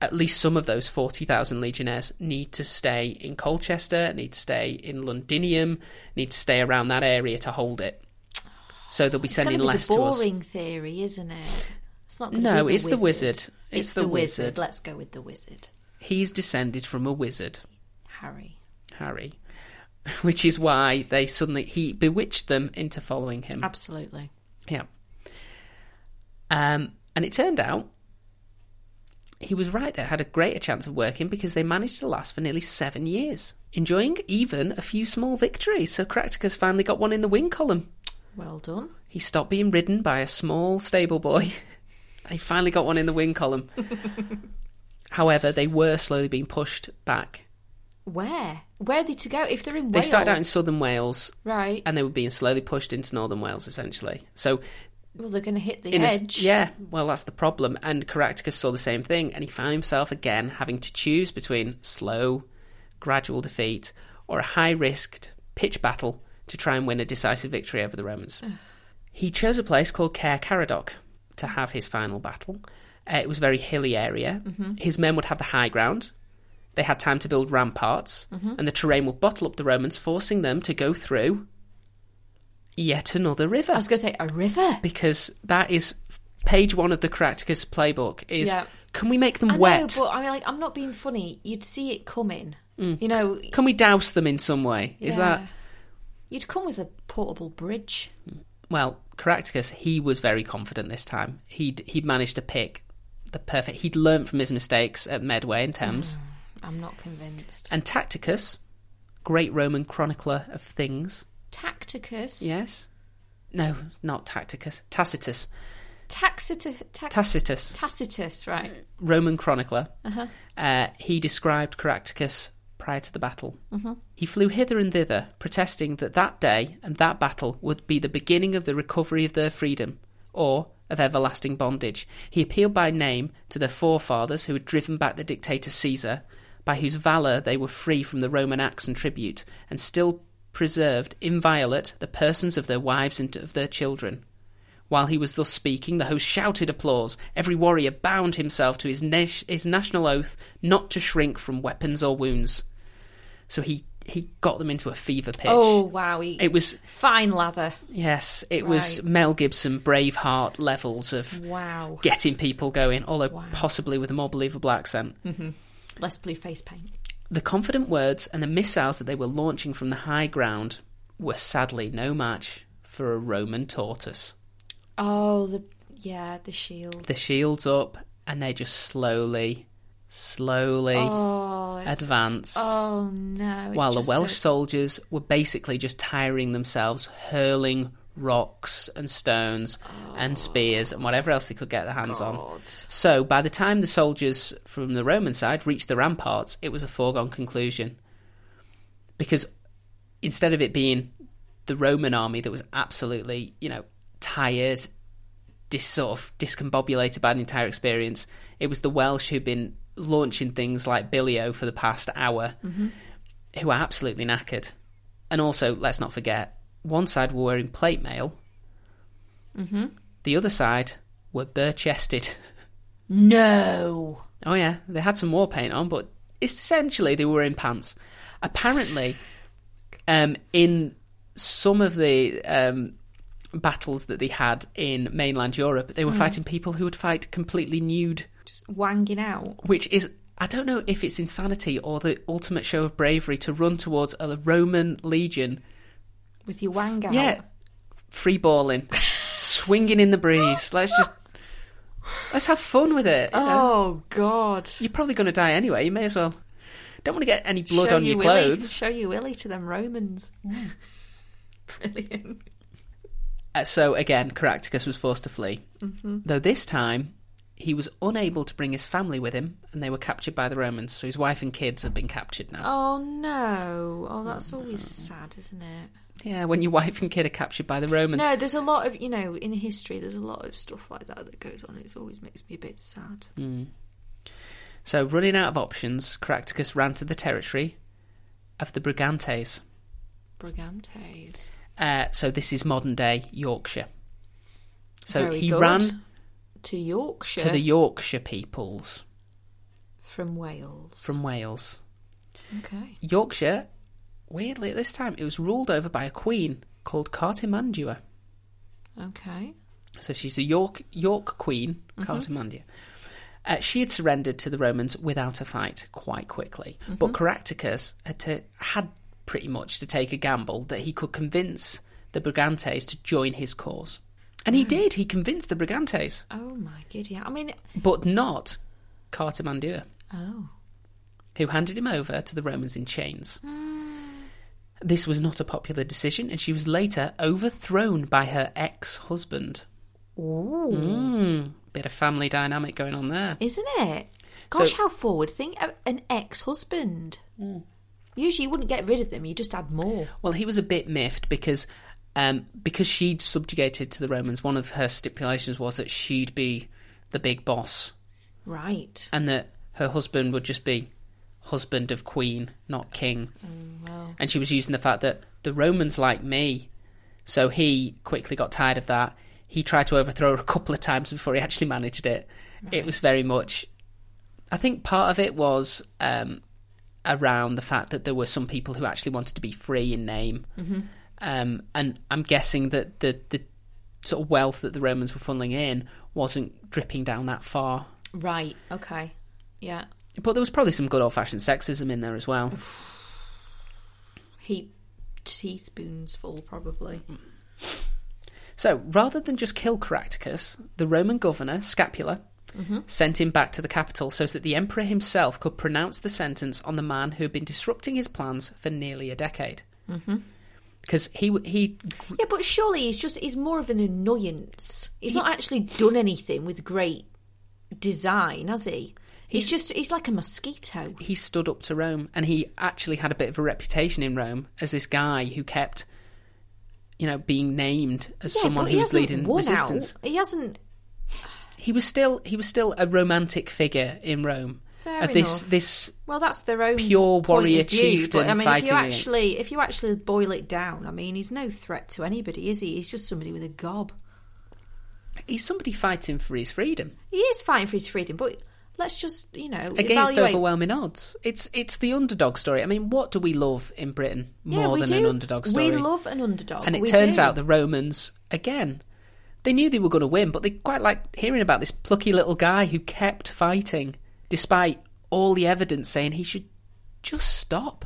S2: at least some of those 40,000 legionnaires need to stay in Colchester, need to stay in Londinium, need to stay around that area to hold it. So they'll be
S1: It's going
S2: sending
S1: to be
S2: less
S1: the
S2: to us.
S1: boring theory, isn't it? It's not. gonna
S2: No,
S1: be
S2: it's the wizard. It's,
S1: It's
S2: the, wizard.
S1: Let's go with the wizard,
S2: He's descended from a wizard,
S1: Harry.
S2: Harry, which is why they suddenly he bewitched them into following him.
S1: Absolutely.
S2: Yeah. Um, and it turned out he was right. They had a greater chance of working because they managed to last for nearly seven years, enjoying even a few small victories. So Caractacus finally got one in the win column.
S1: Well done.
S2: He stopped being ridden by a small stable boy. they finally got one in the win column. However, they were slowly being pushed back.
S1: Where? Where are they to go? If they're in
S2: They
S1: Wales,
S2: started out in southern Wales
S1: right?
S2: and they were being slowly pushed into northern Wales, essentially. So
S1: well, they're going to hit the
S2: in a-
S1: edge.
S2: yeah, well, that's the problem. And Caractacus saw the same thing, and he found himself again having to choose between slow, gradual defeat or a high risked pitch battle to try and win a decisive victory over the Romans. he chose a place called Caer Caradoc to have his final battle. Uh, it was a very hilly area.
S1: Mm-hmm.
S2: His men would have the high ground. They had time to build ramparts,
S1: Mm-hmm.
S2: and the terrain would bottle up the Romans, forcing them to go through yet another river
S1: I was going to say a river.
S2: because that is page one of the Caractacus playbook. Is
S1: Yeah.
S2: can we make them
S1: I
S2: wet?
S1: know, but I mean, like, I'm not being funny. You'd see it coming. You know,
S2: Can we douse them in some way? Mm. Is
S1: yeah.
S2: that
S1: You'd come with a portable bridge.
S2: well? Caractacus, he was very confident this time. He'd he'd managed to pick the perfect. He'd learned from his mistakes at Medway and
S1: Mm.
S2: Thames.
S1: I'm not convinced.
S2: And Tacticus, great Roman chronicler of things.
S1: Tacticus.
S2: Yes. No, not Tacticus. Tacitus.
S1: Taxita, tax,
S2: Tacitus,
S1: Tacitus,
S2: Mm.
S1: right?
S2: Roman chronicler, uh, he described Caractacus prior to the battle. He flew hither and thither, protesting that that day and that battle would be the beginning of the recovery of their freedom, or of everlasting bondage. He appealed by name to their forefathers who had driven back the dictator Caesar, by whose valour they were free from the Roman axe and tribute, and still preserved inviolate the persons of their wives and of their children. While he was thus speaking, the host shouted applause. Every warrior bound himself to his, na- his national oath not to shrink from weapons or wounds. So he, he got them into a fever pitch.
S1: Oh wow, he,
S2: It was,
S1: fine lather.
S2: yes, it was
S1: Right.
S2: Mel Gibson Braveheart levels of
S1: Wow,
S2: getting people going, although
S1: Wow. Hmm.
S2: possibly with a more believable accent.
S1: less blue face paint.
S2: The confident words and the missiles that they were launching from the high ground were sadly no match for a Roman tortoise.
S1: Oh, the yeah, the shield.
S2: the shields up and they just slowly, slowly
S1: oh, it's-
S2: advance.
S1: oh no. it's
S2: while the
S1: just a-
S2: Welsh soldiers were basically just tiring themselves, hurling rocks and stones and spears and whatever else they could get their hands on.
S1: God.
S2: So by the time the soldiers from the Roman side reached the ramparts, it was a foregone conclusion. Because instead of it being the Roman army that was absolutely, you know, tired, dis- sort of discombobulated by the entire experience, it was the Welsh who'd been launching things like Billio for the past hour, who were absolutely knackered. And also, let's not forget, one side were wearing plate mail, the other side were bare chested.
S1: No.
S2: Oh yeah, they had some war paint on, but essentially they were in pants. Apparently, um, in some of the um, battles that they had in mainland Europe, they were fighting people who would fight completely nude,
S1: Just wanging out.
S2: which is I don't know if it's insanity or the ultimate show of bravery to run towards a Roman legion.
S1: With your wang out.
S2: Yeah, free balling, swinging in the breeze. Let's just let's have fun with it. you know?
S1: Oh God.
S2: You're probably going to die anyway. You may as well. Don't want to get any blood
S1: Show
S2: on your
S1: you Willy,
S2: clothes.
S1: show you Willy to them Romans. Brilliant.
S2: Uh, so again, Caractacus was forced to flee.
S1: Mm-hmm.
S2: Though this time, he was unable to bring his family with him, and they were captured by the Romans. So his wife and kids have been captured now.
S1: Oh no. Oh, that's always sad, isn't it?
S2: Yeah, when your wife and kid are captured by the Romans.
S1: No, there's a lot of you know in history. There's a lot of stuff like that that goes on. It always makes me a bit sad.
S2: So running out of options, Caractacus ran to the territory of the Brigantes.
S1: Brigantes.
S2: Uh, so this is modern day Yorkshire. So
S1: Very
S2: he
S1: good.
S2: ran
S1: to Yorkshire
S2: to the Yorkshire peoples
S1: from Wales.
S2: from Wales.
S1: Okay.
S2: Yorkshire, weirdly at this time, it was ruled over by a queen called Cartimandua.
S1: Okay.
S2: So she's a York York queen,
S1: Mm-hmm.
S2: Cartimandua. Uh, she had surrendered to the Romans without a fight quite quickly,
S1: Mm-hmm.
S2: but Caractacus had to, had pretty much to take a gamble that he could convince the Brigantes to join his cause, and
S1: Mm.
S2: he did. He convinced the Brigantes,
S1: Oh my giddy. I mean,
S2: but not Cartimandua.
S1: oh.
S2: who handed him over to the Romans in chains.
S1: Mm.
S2: This was not a popular decision, and she was later overthrown by her ex husband.
S1: Ooh.
S2: Mm, bit of family dynamic going on there.
S1: Isn't it? Gosh,
S2: So- Hmm.
S1: how forward think an ex-husband. Usually, you wouldn't get rid of them; you just add more.
S2: Well, he was a bit miffed because um, because she'd subjugated to the Romans, one of her stipulations was that she'd be the big boss
S1: Right.
S2: and that her husband would just be husband of queen, not king. Oh,
S1: Well,
S2: and she was using the fact that the Romans like me. So he quickly got tired of that. He tried to overthrow her a couple of times before he actually managed it. It was very much. I think part of it was um, around the fact that there were some people who actually wanted to be free in name, um, and I'm guessing that the the sort of wealth that the Romans were funneling in wasn't dripping down that far.
S1: right. Okay. Yeah.
S2: But there was probably some good old fashioned sexism in there as well.
S1: Heap teaspoons full, probably.
S2: Mm-hmm. So, rather than just kill Caractacus, the Roman governor, Scapula,
S1: Mm-hmm.
S2: sent him back to the capital so that the emperor himself could
S1: Mm-hmm.
S2: pronounce the sentence on the man who had been disrupting his plans for nearly a decade. because he w- he
S1: Yeah, but surely he's just he's more of an annoyance. He's not actually done anything with great design, has he? He's, just he's like a mosquito.
S2: he stood up to Rome, and he actually had a bit of a reputation in Rome as this guy who kept, you know, being named as someone
S1: but he
S2: who was
S1: hasn't
S2: leading
S1: won
S2: resistance.
S1: Out. He hasn't.
S2: He was still he was still a romantic figure in Rome.
S1: Fair
S2: of this
S1: enough.
S2: this
S1: Well, that's their own
S2: Pure
S1: point
S2: warrior
S1: of view,
S2: chieftain
S1: But I mean, if
S2: fighting
S1: you
S2: it.
S1: actually if you actually boil it down, I mean, he's no threat to anybody, is he? He's just somebody with a gob.
S2: he's somebody fighting for his freedom
S1: He is fighting for his freedom, but let's just you know
S2: against
S1: evaluate.
S2: overwhelming odds. It's it's the underdog story. I mean, what do we love in Britain
S1: yeah,
S2: more
S1: we
S2: than
S1: do.
S2: an underdog story?
S1: We love an underdog,
S2: and it
S1: we
S2: turns
S1: do.
S2: out the Romans again. They knew they were going to win, but they quite liked hearing about this plucky little guy who kept fighting despite all the evidence saying he should just stop.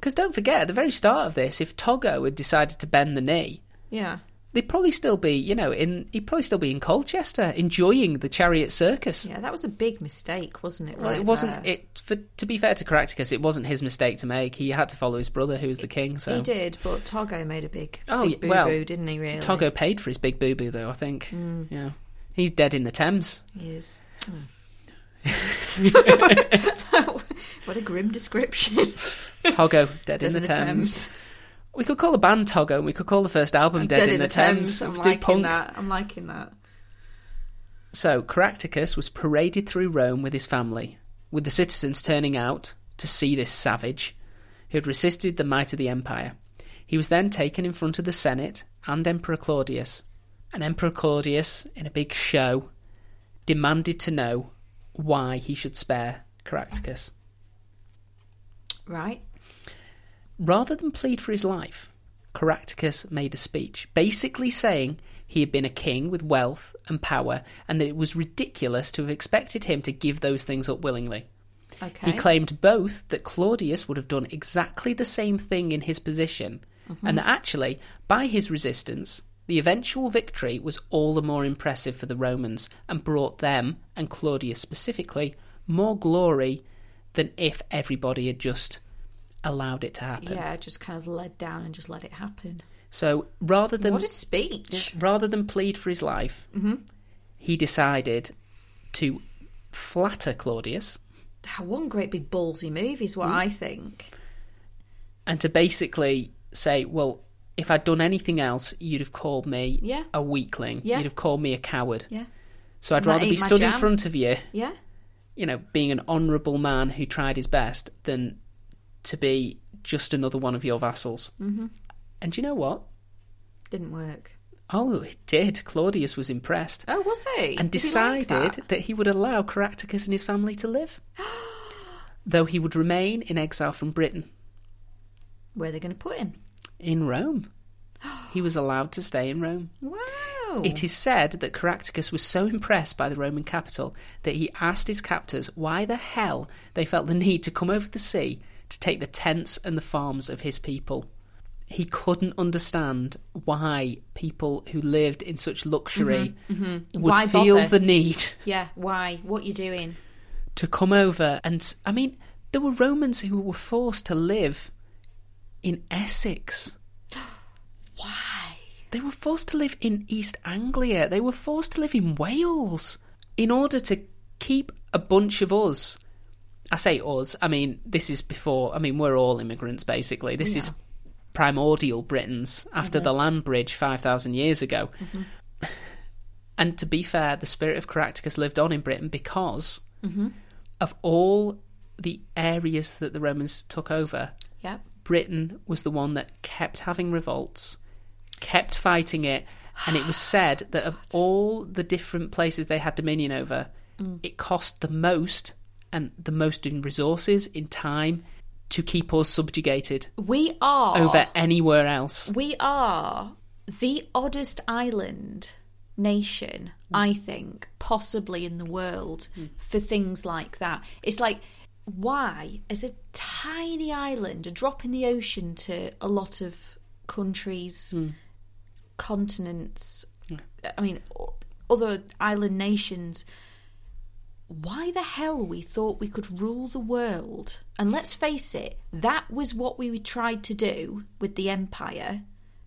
S2: Because don't forget, at the very start of this, if Togo had decided to bend the knee,
S1: yeah.
S2: they'd probably still be, you know, in he'd probably still be in Colchester enjoying the chariot circus.
S1: Yeah, that was a big mistake, wasn't it?
S2: Well,
S1: right
S2: it wasn't
S1: there?
S2: it for to be fair to Caractacus, it wasn't his mistake to make. He had to follow his brother, who was the king. So
S1: He did, but Togo made a big,
S2: Oh,
S1: big
S2: yeah,
S1: boo
S2: well,
S1: boo, didn't he? Really,
S2: Togo paid for his big boo boo, though. I think. Yeah, he's dead in the Thames.
S1: He is. Mm. what a grim description.
S2: Togo dead in the, Thames. We could call the band Togo. and We could call the first album Dead, in, the, Thames.
S1: I'm
S2: We could do
S1: liking
S2: punk.
S1: that. I'm liking that.
S2: So Caractacus was paraded through Rome with his family, with the citizens turning out to see this savage who had resisted the might of the empire. He was then taken in front of the Senate and Emperor Claudius. And Emperor Claudius, in a big show, demanded to know why he should spare Caractacus.
S1: Right.
S2: Rather than plead for his life, Caractacus made a speech, basically saying he had been a king with wealth and power, and that it was ridiculous to have expected him to give those things up willingly.
S1: Okay.
S2: He claimed both that Claudius would have done exactly the same thing in his position,
S1: Mm-hmm.
S2: and that actually, by his resistance, the eventual victory was all the more impressive for the Romans and brought them, and Claudius specifically, more glory than if everybody had just allowed it to happen.
S1: yeah, just kind of led down and just let it happen.
S2: So rather than
S1: what Mm-hmm. a speech.
S2: rather than plead for his life, he decided to flatter Claudius
S1: One great big ballsy move is what I think.
S2: and to basically say, well, if I'd done anything else, you'd have called me
S1: Yeah.
S2: a weakling.
S1: Yeah.
S2: You'd have called me a coward.
S1: Yeah.
S2: So I'd
S1: That
S2: rather be
S1: ain't my
S2: stood in
S1: jam.
S2: front of you,
S1: Yeah.
S2: you know, being an honourable man who tried his best, than to be just another one of your vassals. Mm-hmm. And do you know what?
S1: Didn't work.
S2: Oh, it did. Claudius was impressed.
S1: Oh, was he?
S2: and
S1: Did he like
S2: decided
S1: that?
S2: that? he would allow Caractacus and his family to live, though he would remain in exile from Britain
S1: where they're going to put him.
S2: in Rome. He was allowed to stay in Rome.
S1: Wow.
S2: It is said that Caractacus was so impressed by the Roman capital that he asked his captors why the hell they felt the need to come over the sea to take the tents and the farms of his people. He couldn't understand why people who lived in such luxury would
S1: Mm-hmm, Why
S2: feel
S1: bother?
S2: the need
S1: yeah. Why? What you doing?
S2: to come over and s- I mean there were Romans who were forced to live in Essex.
S1: Why?
S2: They were forced to live in East Anglia. They were forced to live in Wales in order to keep a bunch of us. I say us. I mean this is before. I mean we're all immigrants basically. This is primordial Britons after the land bridge five thousand years ago. And to be fair, the spirit of Caractacus lived on in Britain because of all the areas that the Romans took over.
S1: Yep.
S2: Britain was the one that kept having revolts, kept fighting it, and it was said that of all the different places they had dominion over,
S1: Mm.
S2: it cost the most and the most in resources, in time, to keep us subjugated
S1: We are
S2: over anywhere else.
S1: We are the oddest island nation, I think, possibly in the world for things like that. It's like why is a tiny island, a drop in the ocean to a lot of countries, continents, I mean o- other island nations why the hell we thought we could rule the world. And let's face it, that was what we tried to do with the empire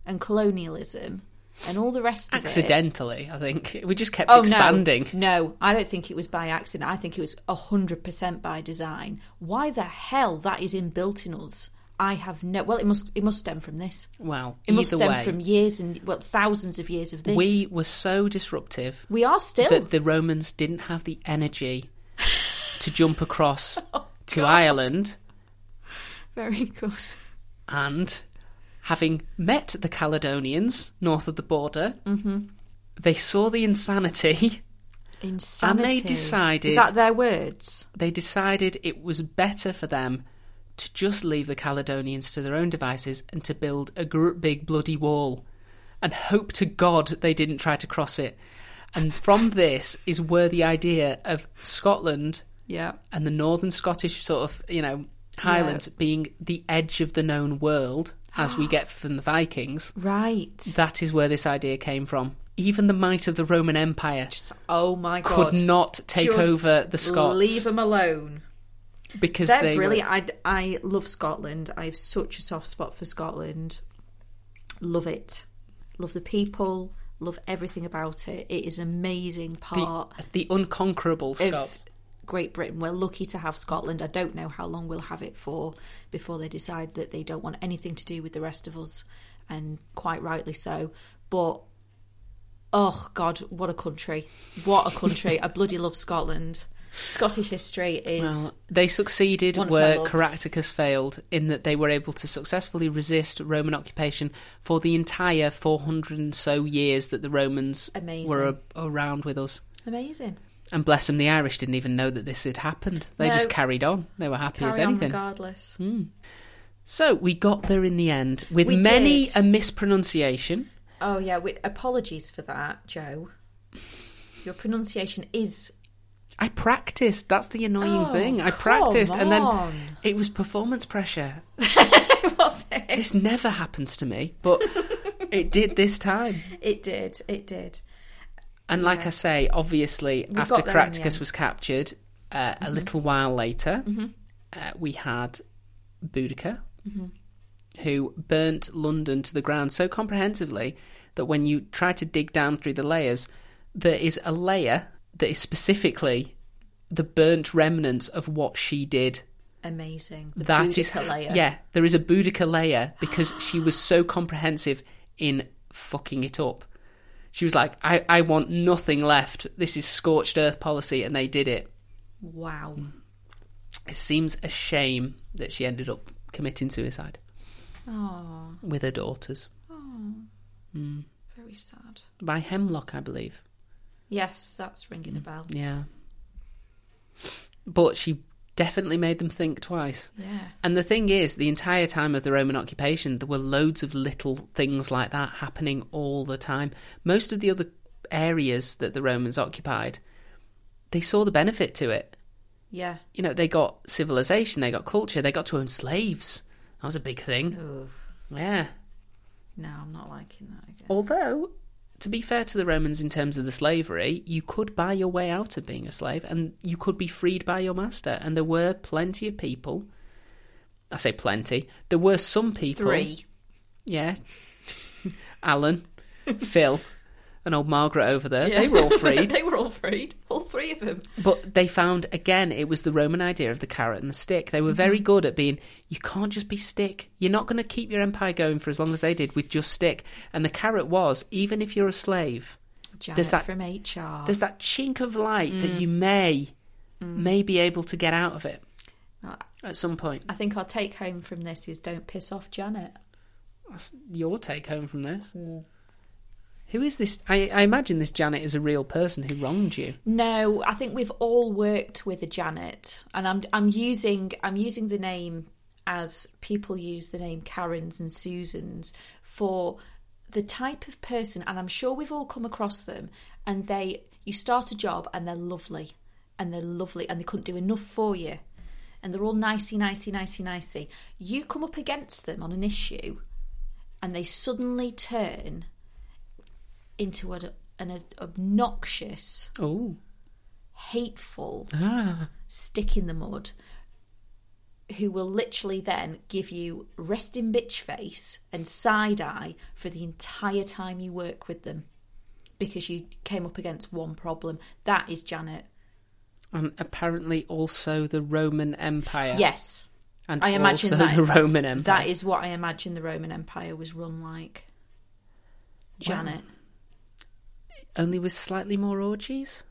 S1: and colonialism and all the rest of it.
S2: Accidentally, I think we just kept
S1: Oh,
S2: expanding.
S1: No, no, I don't think it was by accident. I think it was 100% by design. Why the hell that is inbuilt in us? I have no. Well, it must it must stem from this.
S2: Well,
S1: It must
S2: either
S1: stem
S2: way,
S1: from years and well thousands of years of this.
S2: we were so disruptive
S1: we are still
S2: that the Romans didn't have the energy to jump across to Ireland,
S1: very good.
S2: and having met the Caledonians north of the border, they saw the insanity.
S1: Insanity.
S2: decided-
S1: Is that their words?
S2: They decided it was better for them to just leave the Caledonians to their own devices and to build a gr- big bloody wall and hope to God they didn't try to cross it. And from this is where the idea of Scotland
S1: Yeah.
S2: and the northern Scottish sort of, you know, Highlands being the edge of the known world as we get from the Vikings,
S1: Right.
S2: that is where this idea came from. Even the might of the Roman Empire
S1: Oh my god.
S2: could not take
S1: Just
S2: over the Scots
S1: Leave them alone.
S2: because
S1: They're
S2: they were-
S1: brilliant. I, I love Scotland. I have such a soft spot for Scotland. Love it. Love the people. Love everything about it. It is an amazing part
S2: the, the unconquerable
S1: of
S2: Scots.
S1: Great Britain. We're lucky to have Scotland. I don't know how long we'll have it for before they decide that they don't want anything to do with the rest of us, and quite rightly so. But oh god, what a country! What a country! I bloody love Scotland. Scottish history is
S2: Well, they succeeded
S1: One of
S2: where
S1: my loves.
S2: Caractacus failed in that they were able to successfully resist Roman occupation for the entire 400 and so years that the Romans
S1: Amazing.
S2: were a- around with us.
S1: amazing.
S2: And bless them, the Irish didn't even know that this had happened. They
S1: No.
S2: just carried on. They were happy as
S1: Carry on
S2: anything. Hmm?
S1: regardless.
S2: So we got there in the end with
S1: We
S2: many
S1: did.
S2: a mispronunciation.
S1: Oh yeah, we, apologies for that, Joe. Your pronunciation is
S2: I practiced. That's the annoying
S1: Oh,
S2: thing. I
S1: come
S2: practiced, and
S1: on.
S2: then it was performance pressure.
S1: was it?
S2: This never happens to me, but it did this time.
S1: It did. It did.
S2: And like I say, obviously,
S1: We
S2: after
S1: got there in the
S2: Caractacus
S1: end. Mm-hmm.
S2: was captured, uh, a little while later, uh, we had Boudicca,
S1: Mm-hmm.
S2: who burnt London to the ground so comprehensively that when you try to dig down through the layers, there is a layer that is specifically the burnt remnants of what she did.
S1: Amazing. The
S2: That is
S1: Boudicca layer.
S2: Yeah, there is a Boudicca layer because she was so comprehensive in fucking it up. She was like, I, I want nothing left. This is scorched earth policy, and they did it.
S1: Wow.
S2: Mm. It seems a shame that she ended up committing suicide
S1: Oh,
S2: with her daughters Mm.
S1: very sad.
S2: by hemlock, I believe.
S1: Yes, that's
S2: Mm.
S1: ringing a bell.
S2: Yeah. But she definitely made them think twice.
S1: Yeah.
S2: And the thing is, the entire time of the Roman occupation, there were loads of little things like that happening all the time. Most of the other areas that the Romans occupied, they saw the benefit to it.
S1: Yeah.
S2: You know, they got civilization, they got culture, they got to own slaves. That was a big thing.
S1: Oh,
S2: Yeah.
S1: no, I'm not liking that again.
S2: Although, to be fair to the Romans in terms of the slavery, you could buy your way out of being a slave and you could be freed by your master. And there were plenty of people. I say plenty. There were some people.
S1: Three.
S2: Yeah. Alan, Phil, and old Margaret over there. They were all freed.
S1: they were all freed. All three of them.
S2: But they found again it was the Roman idea of the carrot and the stick. They were very good at being you can't just be stick. You're not going to keep your empire going for as long as they did with just stick. And the carrot was even if you're a slave,
S1: Janet
S2: There's that-
S1: from HR.
S2: there's that chink of light that you may may be able to get out of it
S1: Well,
S2: at some point.
S1: I think our take home from this is don't piss off Janet.
S2: That's your take home from this. Who is this? I, I imagine this Janet is a real person who wronged you.
S1: No, I think we've all worked with a Janet, and I'm I'm using I'm using the name as people use the name Karens and Susans for the type of person, and I'm sure we've all come across them. And they, you start a job, and they're lovely, and they're lovely, and they couldn't do enough for you, and they're all nicey, nicey, nicey, nicey. You come up against them on an issue, and they suddenly turn into a, an obnoxious
S2: Oh.
S1: hateful
S2: Ah.
S1: stick in the mud who will literally then give you resting bitch face and side eye for the entire time you work with them because you came up against one problem. That is Janet.
S2: And apparently also the Roman Empire.
S1: Yes.
S2: And
S1: I imagine
S2: also
S1: that-
S2: the Roman Empire.
S1: That is what I imagine the Roman Empire was run like. Janet.
S2: Only with slightly more orgies?